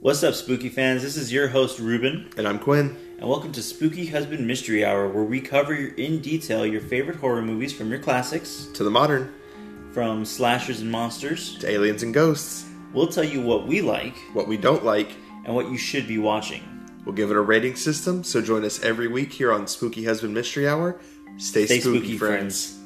What's up, spooky fans? This is your host, Ruben, And I'm Quinn. and welcome to Spooky Husband Mystery Hour, where we cover your- in detail your favorite horror movies from your classics, To the modern, from slashers and monsters. to aliens and ghosts, We'll tell you what we like what we don't like, and what you should be watching. we'll give it a rating system. So join us every week here on Spooky Husband Mystery Hour. Stay, Stay spooky, spooky, friends.